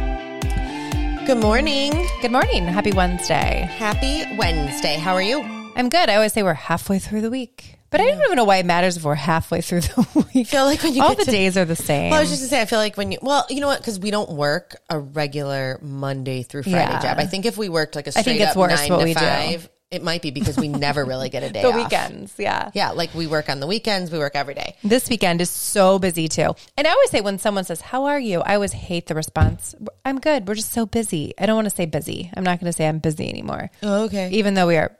Good morning. Good morning. Happy Wednesday. Happy Wednesday. How are you? I'm good. I always say we're halfway through the week, but I don't even know why it matters if we're halfway through the week. feel like when you all get the to- days are the same. Well, I was just gonna say, I feel like when you, well, you know what? Because we don't work a regular Monday through Friday Yeah. job. I think if we worked like a straight think it's up worse nine what to we do. five, it might be because we never really get a day. the off. weekends, yeah. Yeah, like we work on the weekends. We work every day. This weekend is so busy too. And I always say when someone says, "How are you?" I always hate the response. I'm good. We're just so busy. I don't want to say busy. I'm not going to say I'm busy anymore. Oh, okay. Even though we are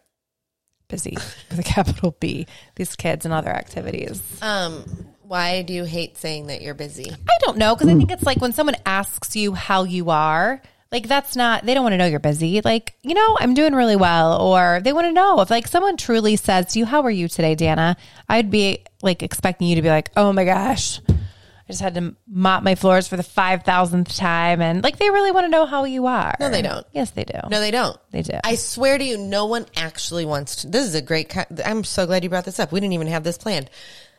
busy with a capital B, these kids and other activities. Um, why do you hate saying that you're busy? I don't know because I think it's like when someone asks you how you are, like that's not they don't want to know you're busy. Like you know, I'm doing really well, or they want to know if like someone truly says to you, "How are you today, Dana?" I'd be like expecting you to be like, "Oh my gosh." I just had to mop my floors for the 5,000th time. And like, they really want to know how you are. No, they don't. Yes, they do. No, they don't. They do. I swear to you, no one actually wants to. This is a great. co- I'm so glad you brought this up. We didn't even have this planned.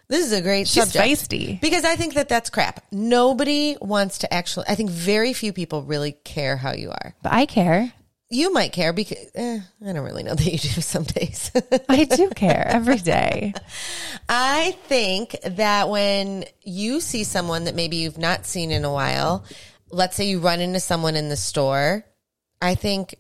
This is a great She's subject. feisty. because I think that that's crap. Nobody wants to actually. I think very few people really care how you are. But I care. You might care because eh, I don't really know that you do some days. I do care every day. I think that when you see someone that maybe you've not seen in a while, let's say you run into someone in the store, I think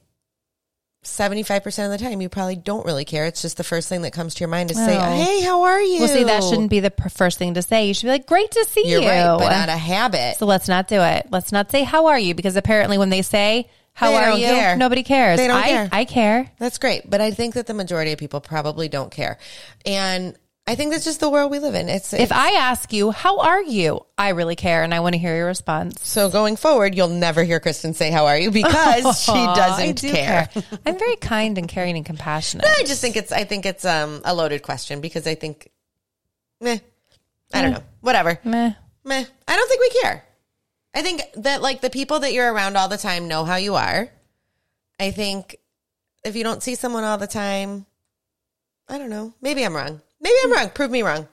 75% of the time you probably don't really care. It's just the first thing that comes to your mind to say, Oh. hey, how are you? We'll say that shouldn't be the pr- first thing to say. You should be like, great to see You're you. right, but out of habit. So let's not do it. Let's not say how are you because apparently when they say how They are don't you, care. nobody cares. They don't I, care. I care. That's great. But I think that the majority of people probably don't care. And I think that's just the world we live in. It's, If I ask you how are you, I really care and I want to hear your response. so going forward, you'll never hear Kristen say, how are you? Because she Aw, I doesn't do care. I'm very kind and caring and compassionate. I just think it's I think it's um a loaded question because I think meh. I don't know. Whatever. Meh. Meh. I don't think we care. I think that like the people that you're around all the time know how you are. I think if you don't see someone all the time, I don't know. Maybe I'm wrong. Maybe I'm wrong. Prove me wrong.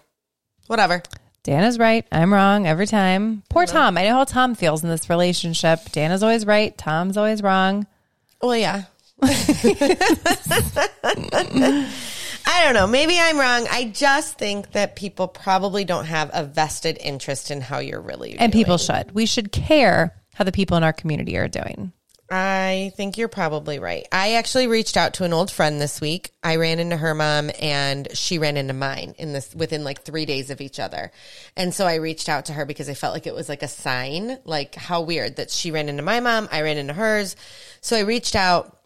Whatever. Dana's right. I'm wrong every time. Poor Tom. I know how Tom feels in this relationship. Dana's always right. Tom's always wrong. Well, yeah. I don't know. Maybe I'm wrong. I just think that people probably don't have a vested interest in how you're really And doing. people should. We should care how the people in our community are doing. I think you're probably right. I actually reached out to an old friend this week. I ran into her mom and she ran into mine in this within like 3 days of each other. And so I reached out to her because I felt like it was like a sign, like how weird that she ran into my mom, I ran into hers. So I reached out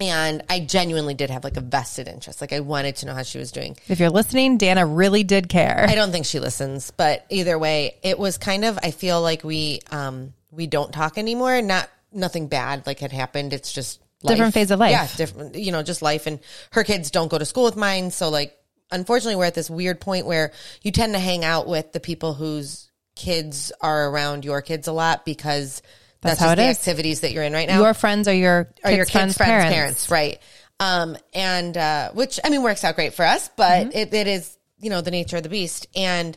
and I genuinely did have like a vested interest. Like I wanted to know how she was doing. If you're listening, Dana really did care. I don't think she listens, but either way, it was kind of I feel like we um we don't talk anymore. Not nothing bad like had happened. It's just life. Different phase of life. Yeah, different you know, just life and her kids don't go to school with mine, so like unfortunately we're at this weird point where you tend to hang out with the people whose kids are around your kids a lot because that's, That's how just it the is. activities that you're in right now Your friends are your or kids' your kids' friends', parents. parents, right? Um, and uh, which I mean works out great for us, but Mm-hmm. it, it is you know the nature of the beast. And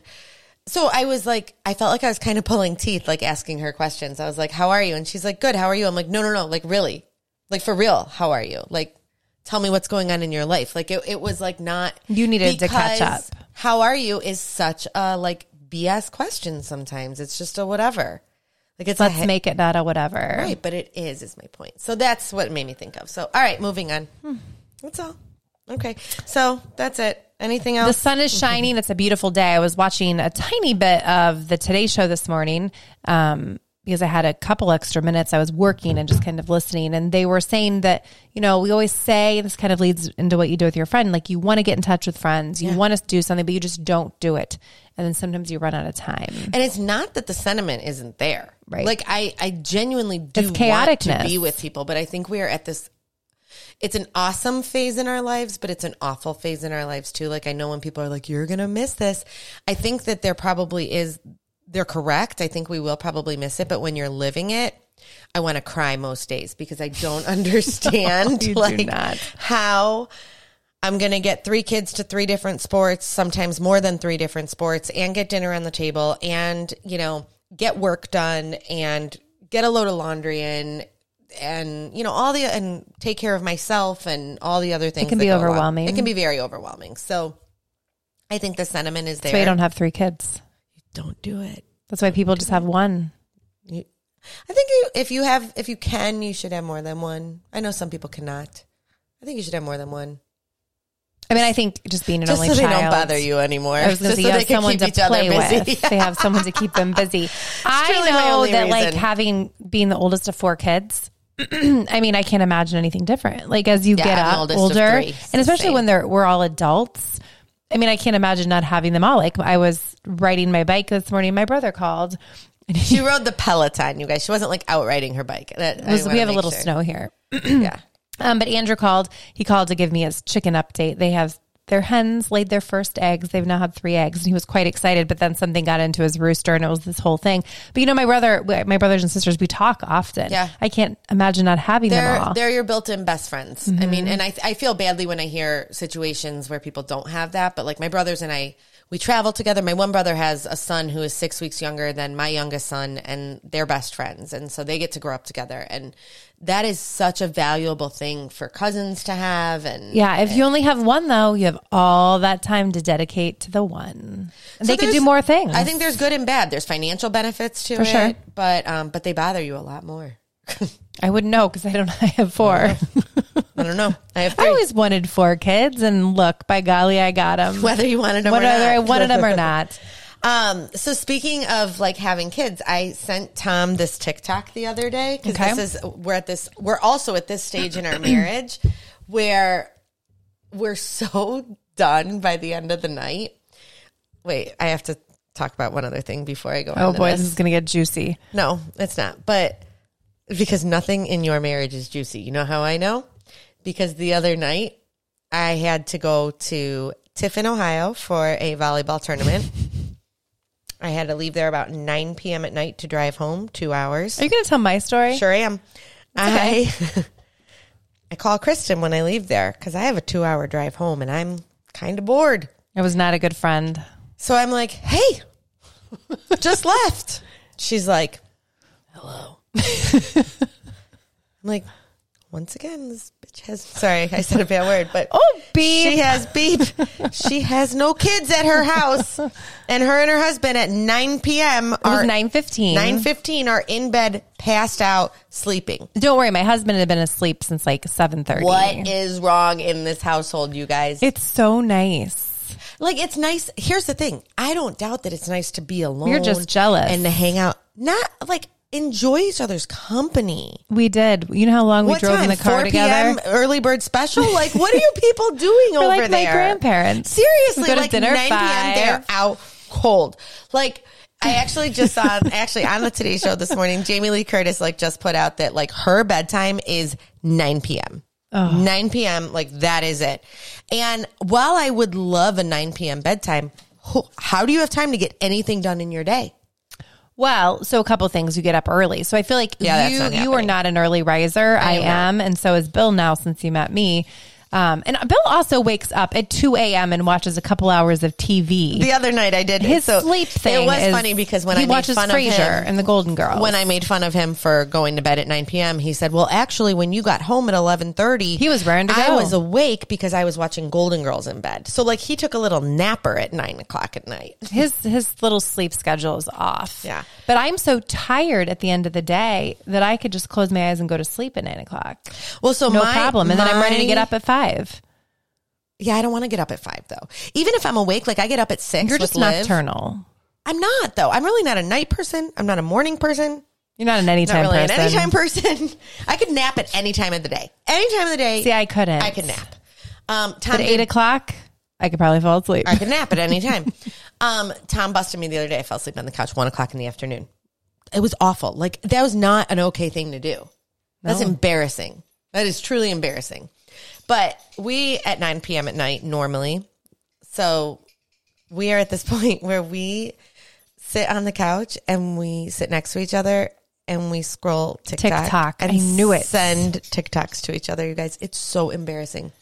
so I was like, I felt like I was kind of pulling teeth, like asking her questions. I was like, "How are you?" And she's like, "Good. How are you?" I'm like, "No, no, no. Like really, like for real. How are you? Like." Tell me what's going on in your life. Like it, it was like not You needed to catch because up. How are you is such a like BS question sometimes. It's just a whatever. Like it's Let's a, he- make it not a whatever. Right, but it is is my point. So that's what it made me think of. So all right, moving on. That's all. Okay. So that's it. Anything The else? sun is shining. It's a beautiful day. I was watching a tiny bit of the Today Show this morning um, because I had a couple extra minutes. I was working and just kind of listening. And they were saying that, you know, we always say this kind of leads into what you do with your friend. Like you want to get in touch with friends, you want to do something, but you just don't do it. And then sometimes you run out of time. and it's not that the sentiment isn't there. Right. Like I, I genuinely do It's want to chaoticness. be with people, but I think we are at this it's an awesome phase in our lives, but it's an awful phase in our lives too. Like I know when people are like, You're gonna miss this. I think that there probably is they're correct. I think we will probably miss it, but when you're living it, I want to cry most days because I don't understand You do like not. how I'm going to get three kids to three different sports, sometimes more than three different sports, and get dinner on the table and, you know, get work done and get a load of laundry in and you know all the and take care of myself and all the other things can that be go along. overwhelming. it can be very overwhelming so i think the sentiment is there That's why you don't have three kids. don't do it That's why people just have one. You, I think you, if you have, if you can, you should have more than one. I know some people cannot. I think you should have more than one, I mean, I think just being an just so only they child. don't bother you anymore. I was just going to say so you they have can someone keep to each other play busy. with. they have someone to keep them busy. I truly my know only that like reason. having being the oldest of four kids. I mean, I can't imagine anything different. Like as you Yeah, I'm get the up oldest of older, three. It's the and especially same. when they're we're all adults. I mean, I can't imagine not having them all. Like I was riding my bike this morning, my brother called. And he She rode the Peloton, you guys. She wasn't like out riding her bike. That- I was, wanna we have a make little sure. snow here. Yeah. Um, but Andrew called. He called to give me his chicken update. They have their hens laid their first eggs. They've now had three eggs, and he was quite excited. But then something got into his rooster, and it was this whole thing. But you know, my brother, my brothers and sisters, we talk often. Yeah. I can't imagine not having them They're, all. Mm-hmm. they're your built-in best friends. I mean, and I, I feel badly when I hear situations where people don't have that, but like my brothers and I, we travel together. My one brother has a son who is six weeks younger than my youngest son and they're best friends. And so they get to grow up together. And that is such a valuable thing for cousins to have. And Yeah, if you only have one though, you have all that time to dedicate to the one. And So they could do there's- more things. I think there's good and bad. There's financial benefits to it, sure. but, um, but they bother you a lot more. I wouldn't know because I don't. I have four. I don't know. I have I three. always wanted four kids, and look, by golly, I got them. Whether you wanted them or Whether not. I wanted them or not. Um, so speaking of like having kids, I sent Tom this TikTok the other day because Okay. this is we're at this we're also at this stage in our marriage where we're so done by the end of the night. Wait, I have to talk about one other thing before I go. Oh on to boy, this. this is gonna get juicy. No, it's not. But because nothing in your marriage is juicy. You know how I know? Because the other night I had to go to Tiffin, Ohio for a volleyball tournament. I had to leave there about 9 p.m. at night to drive home, two hours. Are you going to tell my story? Sure am. I I call Kristen when I leave there because I have a two hour drive home and I'm kind of bored. I was not a good friend. So I'm like, hey, just left. She's like, hello. I'm like, once again, this bitch has, sorry, I said a bad word, but Oh, beep. she has beep. she has no kids at her house. And her and her husband at 9 p.m. It are was 9:15. 9.15 are in bed, passed out, sleeping. Don't worry, my husband had been asleep since like 7:30. What is wrong in this household, you guys? It's so nice. Like it's nice. Here's the thing. I don't doubt that it's nice to be alone. You're just jealous. and to hang out. Not like enjoy each other's company. We did. You know how long we drove in the car together? early bird special. Like what are you people doing over We're like there? my grandparents. Seriously, We go to like dinner 9 at p.m. They're five. out cold. Like I actually just saw actually on the Today Show this morning, Jamie Lee Curtis like just put out that like her bedtime is 9 p.m. 9 p.m. Like that is it. And while I would love a 9 p.m. bedtime, ho- how do you have time to get anything done in your day? Well, so a couple things. You get up early, so I feel like Yeah, that's you not you are happening. not an early riser. I, am am, and so is Bill now since he met me. Um, and Bill also wakes up at 2 a.m. and watches a couple hours of TV. The other night I did His so sleep thing. It was is- funny because when he I made watches fun Frasier of him, and the Golden Girls, when I made fun of him for going to bed at 9 p.m., he said, "Well, actually, when you got home at 11:30, He was raring to I go. was awake because I was watching Golden Girls in bed. So like he took a little napper at nine o'clock at night. his his little sleep schedule is off. Yeah. but I'm so tired at the end of the day that I could just close my eyes and go to sleep at nine o'clock. Well, so No my- problem, and then I'm ready to my- get up at five. Yeah, I don't want to get up at five though. Even if I'm awake, like I get up at 6 You're with just Liv. nocturnal. I'm not though. I'm really not a night person. I'm not a morning person. You're not an anytime Not really person. an anytime person. I could nap at any time of the day. Any time of the day, See, I couldn't. I could nap. Um, Tom at did- eight o'clock. I could probably fall asleep. I could nap at any time. Um, Tom busted me the other day. I fell asleep on the couch one o'clock in the afternoon. It was awful. Like that was not an okay thing to do. That's embarrassing. That is truly embarrassing. But we at 9 p.m. at night normally. So we are at this point where we sit on the couch and we sit next to each other and we scroll TikTok. TikTok. And I knew it. Send TikToks to each other, you guys. It's so embarrassing.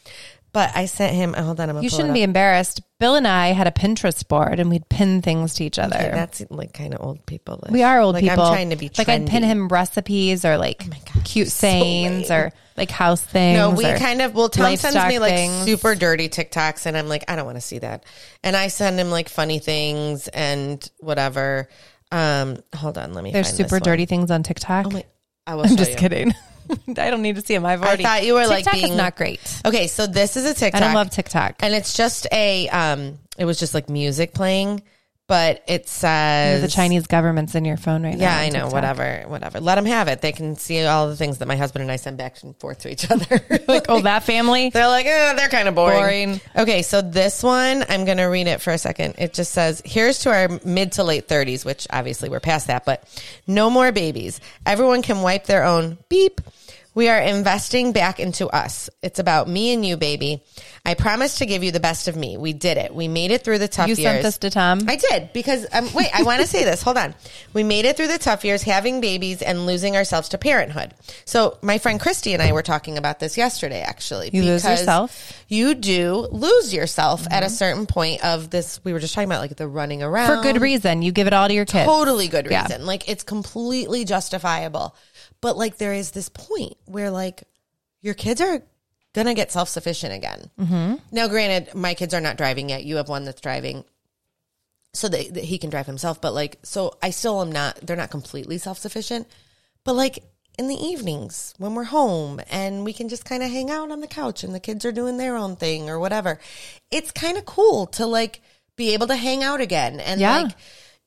But I sent him. oh, hold on, I'm gonna You pull it shouldn't up. be embarrassed. Bill and I had a Pinterest board and we'd pin things to each other. Okay, that's like kind of old people. Um, we are old like, people. I'm trying to be trendy. Oh like I'd pin him recipes or like cute sayings or like house things. No, we or kind of. Well, Tom sends livestock me like things. super dirty TikToks, and I'm like, I don't want to see that. And I send him like funny things and whatever. Um, hold on, let me. There's find this super one. Oh dirty things on TikTok. Wait, I will I'm show just you. kidding. I don't need to see him. I've I already thought you were like TikTok being is not great. Okay, so this is a I TikTok. don't love TikTok. and it's just a. Um, it was just like music playing, but it says the Chinese government's in your phone right Yeah, now. on I know. TikTok. Whatever, whatever. Let them have it. They can see all the things that my husband and I send back and forth to each other. Like, oh, that family. They're like, eh, they're kind of boring. Boring. Okay, so this one, I'm going to read it for a second. It just says, here's to our mid to late 30s, which obviously we're past that, but no more babies. Everyone can wipe their own beep. We are investing back into us. It's about me and you, baby. I promise to give you the best of me. We did it. We made it through the tough You years. sent this to Tom. I did because um, wait, I want to say this. Hold on. We made it through the tough years having babies and losing ourselves to parenthood. So my friend Christy and I were talking about this yesterday actually. You lose because yourself? You do lose yourself at a certain point of this we were just talking about like the running around For good reason. You give it all to your kids. Totally good Yeah. reason. Like it's completely justifiable. But like there is this point where like your kids are gonna get self sufficient again. Mm-hmm. Now, granted, my kids are not driving yet. You have one that's driving, so that, that he can drive himself. But like, so I still am not. They're not completely self sufficient. But like in the evenings when we're home and we can just kind of hang out on the couch and the kids are doing their own thing or whatever, it's kind of cool to like be able to hang out again and Yeah. like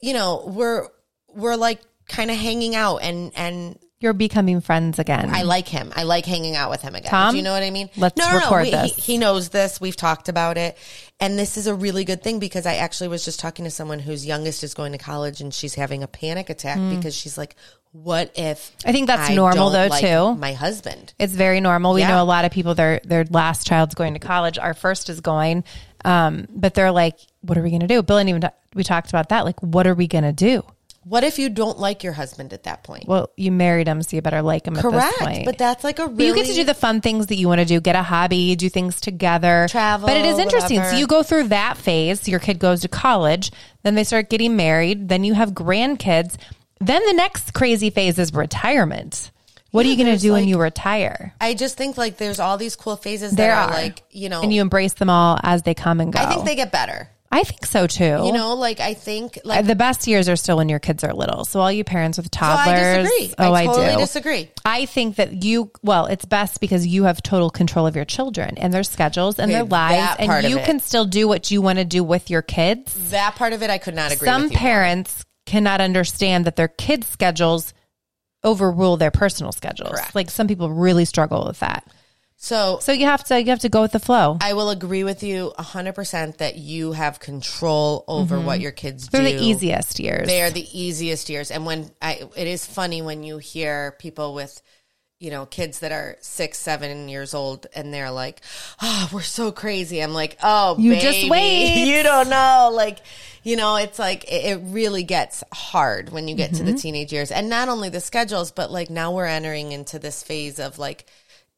you know we're we're like kind of hanging out and and You're becoming friends again. I like him. I like hanging out with him again. Tom, Do you know what I mean? let's record We- this. He, he knows this. We've talked about it. And this is a really good thing because I actually was just talking to someone whose youngest is going to college and she's having a panic attack because she's like, what if Hmm. I think that's normal, don't though, too. My husband. It's very normal. We Yeah. know a lot of people their their last child's going to college. Our first is going, um, but they're like, "What are we going to do?" Bill and even t- we talked about that. Like, what are we going to do? What if you don't like your husband at that point? Well, you married him, so you better like him at this Correct. point. But that's like a really But you get to do the fun things that you want to do. Get a hobby, do things together, Travel, But it is interesting. whatever. So you go through that phase. Your kid goes to college, then they start getting married, then you have grandkids. Then the next crazy phase is retirement. What are you going to there's do when like- you retire? I just think like there's all these cool phases There that are. are, like, you know, and you embrace them all as they come and go. I think they get better. I think so too. Uh, You know, like I think like the best years are still when your kids are little. So all you parents with toddlers, I disagree. oh, I totally do. disagree. I think that you, well, it's best because you have total control of your children and their schedules and their Okay, lives, that part and of you it. can still do what you want to do with your kids. That part of it, I could not agree. Some with you. parents cannot understand that their kids' schedules overrule their personal schedules. Correct. Like some people really struggle with that. so So you have to you have to go with the flow. I will agree with you hundred percent that you have control over what your kids Mm-hmm. They're do. the easiest years. They are the easiest years, and when I, it is funny when you hear people with, you know, kids that are six, seven years old, and they're like, "Oh, we're so crazy." I'm like, "Oh, You just baby, wait." You don't know, like, you know, it's like it, it really gets hard when you get to Mm-hmm. the teenage years, and not only the schedules, but like now we're entering into this phase of like,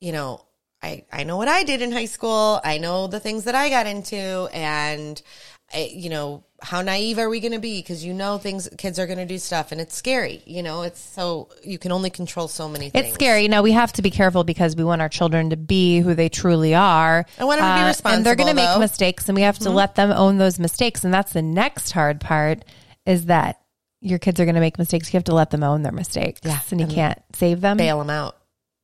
you know. I, I know what I did in high school. I know the things that I got into, and I, you know how naive are we going to be? Because you know things kids are going to do stuff, and it's scary. You know, it's so you can only control so many. things. It's scary. Now we have to be careful because we want our children to be who they truly are. Uh, I want them to be And they're responsible, gonna make though. Mm-hmm. mistakes, and we have to let them own those mistakes. And that's the next hard part is that your kids are going to make mistakes. You have to let them own their mistakes, Yeah. and you can't save them, Bail them out.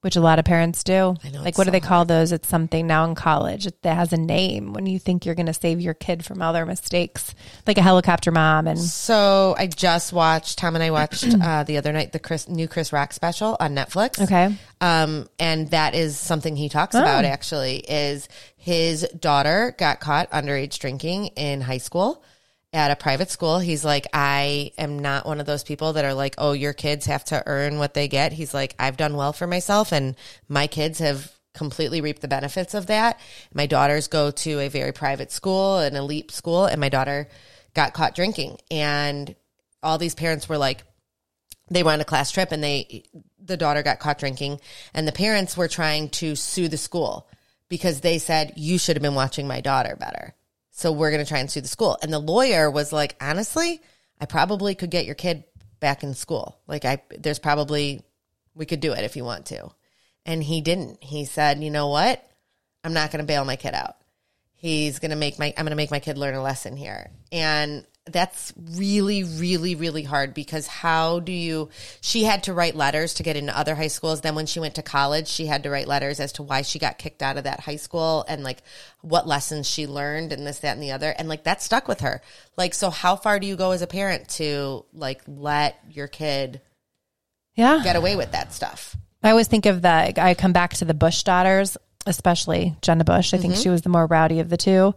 which a lot of parents do. I know, like it's what do so they call those? It's something now in college that has a name when you think you're going to save your kid from all their mistakes, like a helicopter mom and So I just watched Tom and I watched uh, the other night the Chris new Chris Rock special on Netflix. okay. Um, and that is something he talks about actually is his daughter got caught underage drinking in high school at a private school. He's like, I am not one of those people that are like, oh, your kids have to earn what they get. He's like, I've done well for myself and my kids have completely reaped the benefits of that. My daughters go to a very private school, an elite school, and my daughter got caught drinking. And all these parents were like, they went on a class trip and they the daughter got caught drinking and the parents were trying to sue the school because they said you should have been watching my daughter better. So we're going to try and sue the school. And the lawyer was like, honestly, I probably could get your kid back in school. Like I there's probably we could do it if you want to. And he didn't. He said, "You know what? I'm not going to bail my kid out. He's going to make my I'm going to make my kid learn a lesson here." And that's really really really hard because how do you she had to write letters to get into other high schools then when she went to college she had to write letters as to why she got kicked out of that high school and like what lessons she learned and this that and the other and like that stuck with her like so how far do you go as a parent to like let your kid Yeah. get away with that stuff I always think of the, I come back to the Bush daughters, especially Jenna Bush. I think Mm-hmm. she was the more rowdy of the two.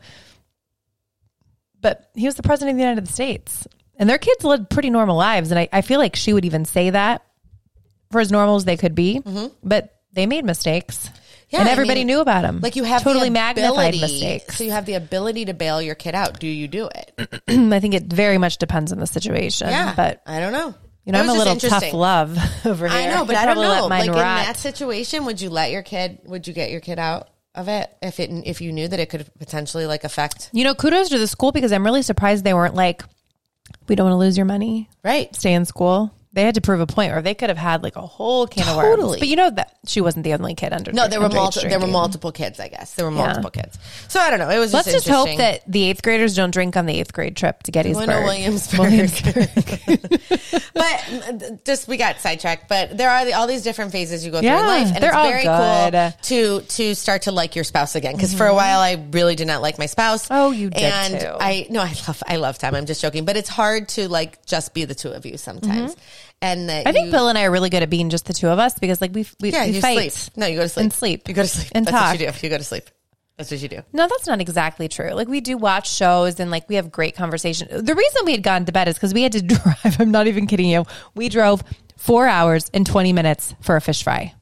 But he was the president of the United States, and their kids lived pretty normal lives. And I, I feel like she would even say that for as normal as they could be, but they made mistakes. Mm-hmm. Yeah, and I everybody mean, knew about them. like you have the totally magnified ability- mistakes. so you have the ability to bail your kid out do you do it I think it very much depends on the situation. yeah But i don't know you know, It I'm a was just little tough interesting. love over here. I know, but I'd I don't probably know. Let mine Like rot. in that situation, would you let your kid? Would you get your kid out of it if it if you knew that it could potentially like affect? You know, kudos to the school because I'm really surprised they weren't like, we don't want to lose your money. Right. Stay in school. They had to prove a point, or they could have had like a whole can of worms. Totally. But you know that she wasn't the only kid under. No, there were underage multi- there were drinking. multiple kids. I guess there were multiple kids. So I don't know. It was Let's just hope interesting. that the eighth graders don't drink on the eighth grade trip to Gettysburg. Winter Williamsburg. but mm, just we got sidetracked. But there are the, all these different phases you go Yeah, through in life, and they're it's all very good. Mm-hmm. cool to to start to like your spouse again. Because for a while, I really did not like my spouse. Oh, you did And too. I no, I love I love time. I'm just joking, but it's hard to like just be the two of you sometimes. And that Mm-hmm. I think you, Bill and I are really good at being just the two of us because like we we, yeah, we you fight. sleep. No, you go to sleep And sleep. You go to sleep And That's talk. what you do. You go to sleep. That's what you do. No, that's not exactly true. Like we do watch shows and like we have great conversation. The reason we had gone to bed is because we had to drive. I'm not even kidding you. We drove four hours and 20 minutes for a fish fry.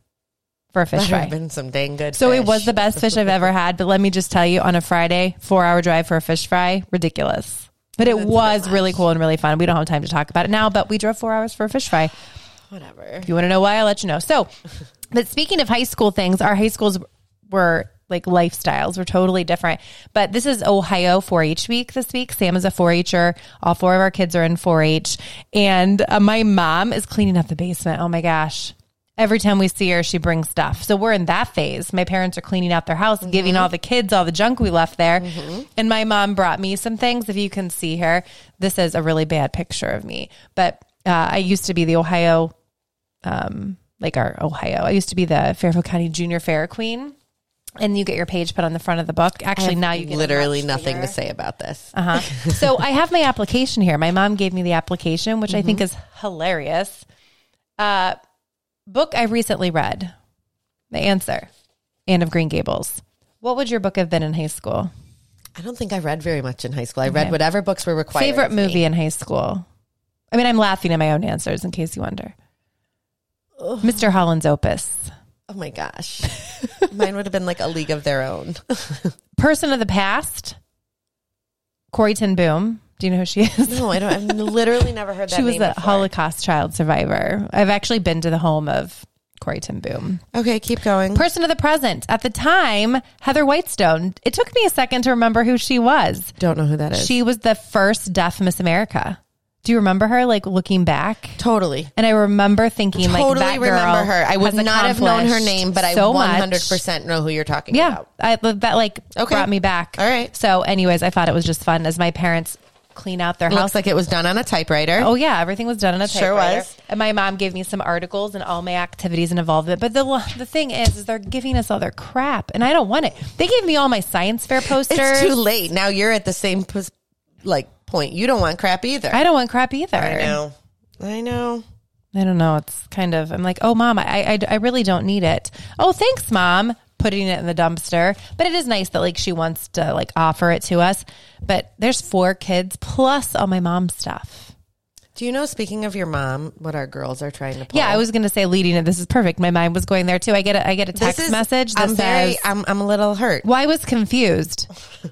For a fish There fry. have been some dang good. So it fish. was the best fish I've ever had. But let me just tell you, on a Friday, four hour drive for a fish fry, ridiculous. But it was really cool and really fun. We don't have time to talk about it now, but we drove four hours for a fish fry. whatever. If you want to know why, I'll let you know. So, but speaking of high school things, our high schools were like lifestyles were totally different. But this is Ohio 4 H week this week. Sam is a 4 Her. All four of our kids are in 4 H. And uh, my mom is cleaning up the basement. Oh my gosh. Every time we see her, she brings stuff. So we're in that phase. My parents are cleaning out their house, giving all the kids all the junk we left there. And my mom brought me some things. If you can see her, this is a really bad picture of me. But uh, I used to be the Ohio like our Ohio. I used to be the Fairfield County Junior Fair Queen, and you get your page put on the front of the book. Actually, now you get Literally nothing to say about this. Uh huh. so I have my application here. My mom gave me the application, which I think is hilarious. Uh, book I recently read. The answer, Anne of Green Gables. What would your book have been in high school? I don't think I read very much in high school. I read whatever books were required. Favorite of me. movie in high school? I mean, I'm laughing at my own answers in case you wonder. Mr. Holland's Opus. Oh my gosh. Mine would have been like a league of their own. person of the past, Corey Ten Boom. Do you know who she is? No, I don't. I've literally never heard that. she was name a before. Holocaust child survivor. I've actually been to the home of Corey Ten Boom. Okay, keep going. Person of the present. At the time, Heather Whitestone. It took me a second to remember who she was. Don't know who that is. She was the first deaf Miss America. Do you remember her? Like looking back. totally. And I remember thinking, like, Totally that girl remember her. I would has not have known her accomplished name, but I so much. 100% know who you're talking Yeah, about. I, that like Okay. brought me back. All right. So, anyways, I thought it was just fun as my parents clean out their house. Looks like it was done on a typewriter. Oh yeah, everything was done on a Sure typewriter. was. And my mom gave me some articles and all my activities and involvement. But the the thing is, is they're giving us all their crap, and I don't want it. They gave me all my science fair posters. it's too late. Now you're at the same pos- like point. You don't want crap either. I don't want crap either. I know. I know. I don't know. It's kind of, I'm like, oh, mom, I, I, I really don't need it. Oh, thanks, mom, putting it in the dumpster. But it is nice that like she wants to like offer it to us. But there's four kids plus all my mom's stuff. Do you know, speaking of your mom, what our girls are trying to pull? Yeah, I was going to say leading it. This is perfect. My mind was going there too. I get a, I get a This text is- message that I'm very, says, I'm, I'm a little hurt. "Why was confused?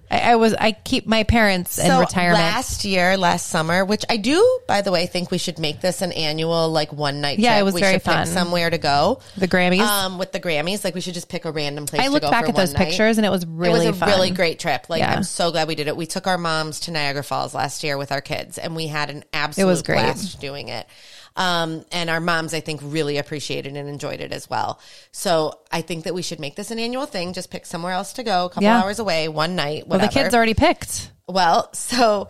I, I was. I keep my parents in retirement. Last year, last summer, which I do, by the way, think we should make this an annual like one night. Yeah, trip. it was we very should pick fun. somewhere to go. the Grammys. Um, with the Grammys, like we should just pick a random place. I to looked go back for at those one night. pictures and it was really it was a fun. really great trip. Like Yeah. I'm so glad we did it. We took our moms to Niagara Falls last year with our kids, and we had an absolute was great. blast doing it. Um, and our moms, I think, really appreciated and enjoyed it as well. So I think that we should make this an annual thing. Just pick somewhere else to go, a couple Yeah. hours away, one night. Well, Whatever. the kids already picked. Well, so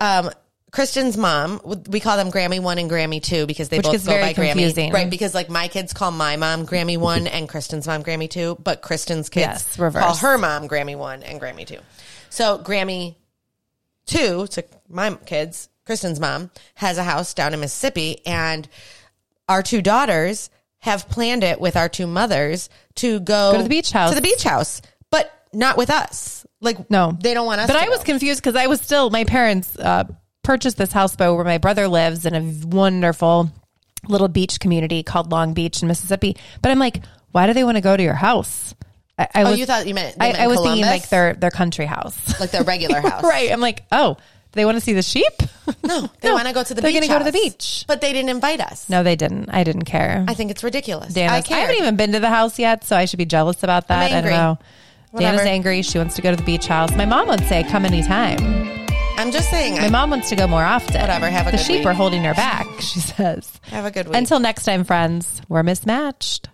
um, Christian's mom, we call them Grammy One and Grammy Two because they both gets go very by confusing. Grammy, right? Because like my kids call my mom Grammy One and Kristen's mom Grammy Two, but Kristen's kids Yes, reverse. call her mom Grammy One and Grammy Two. So Grammy Two to my kids, Kristen's mom has a house down in Mississippi, and our two daughters have planned it with our two mothers to go, Go to the beach house. to the beach house, but not with us. Like No. they don't want us. But to I go. was confused because I was still my parents uh, purchased this house by where my brother lives in a wonderful little beach community called Long Beach in Mississippi. But I'm like, why do they want to go to your house? I, I Oh, was, you thought you meant, they I, meant I was thinking Columbus? like their their country house, like their regular house, right? I'm like, oh, they want to see the sheep? No, they No, want to go to the. they're beach gonna go to the house. beach. but they didn't invite us. no, they didn't. I didn't care. I think it's ridiculous. Dana's- I I, care. haven't even been to the house yet, so I should be jealous about that. I angry. don't know. Dana's Whatever. angry. She wants to go to the beach house. My mom would say, "Come anytime." I'm just saying. My I mom wants to go more often. Whatever, have a the good sheep week. are holding her back. She says. have a good week. Until next time, friends. We're mismatched.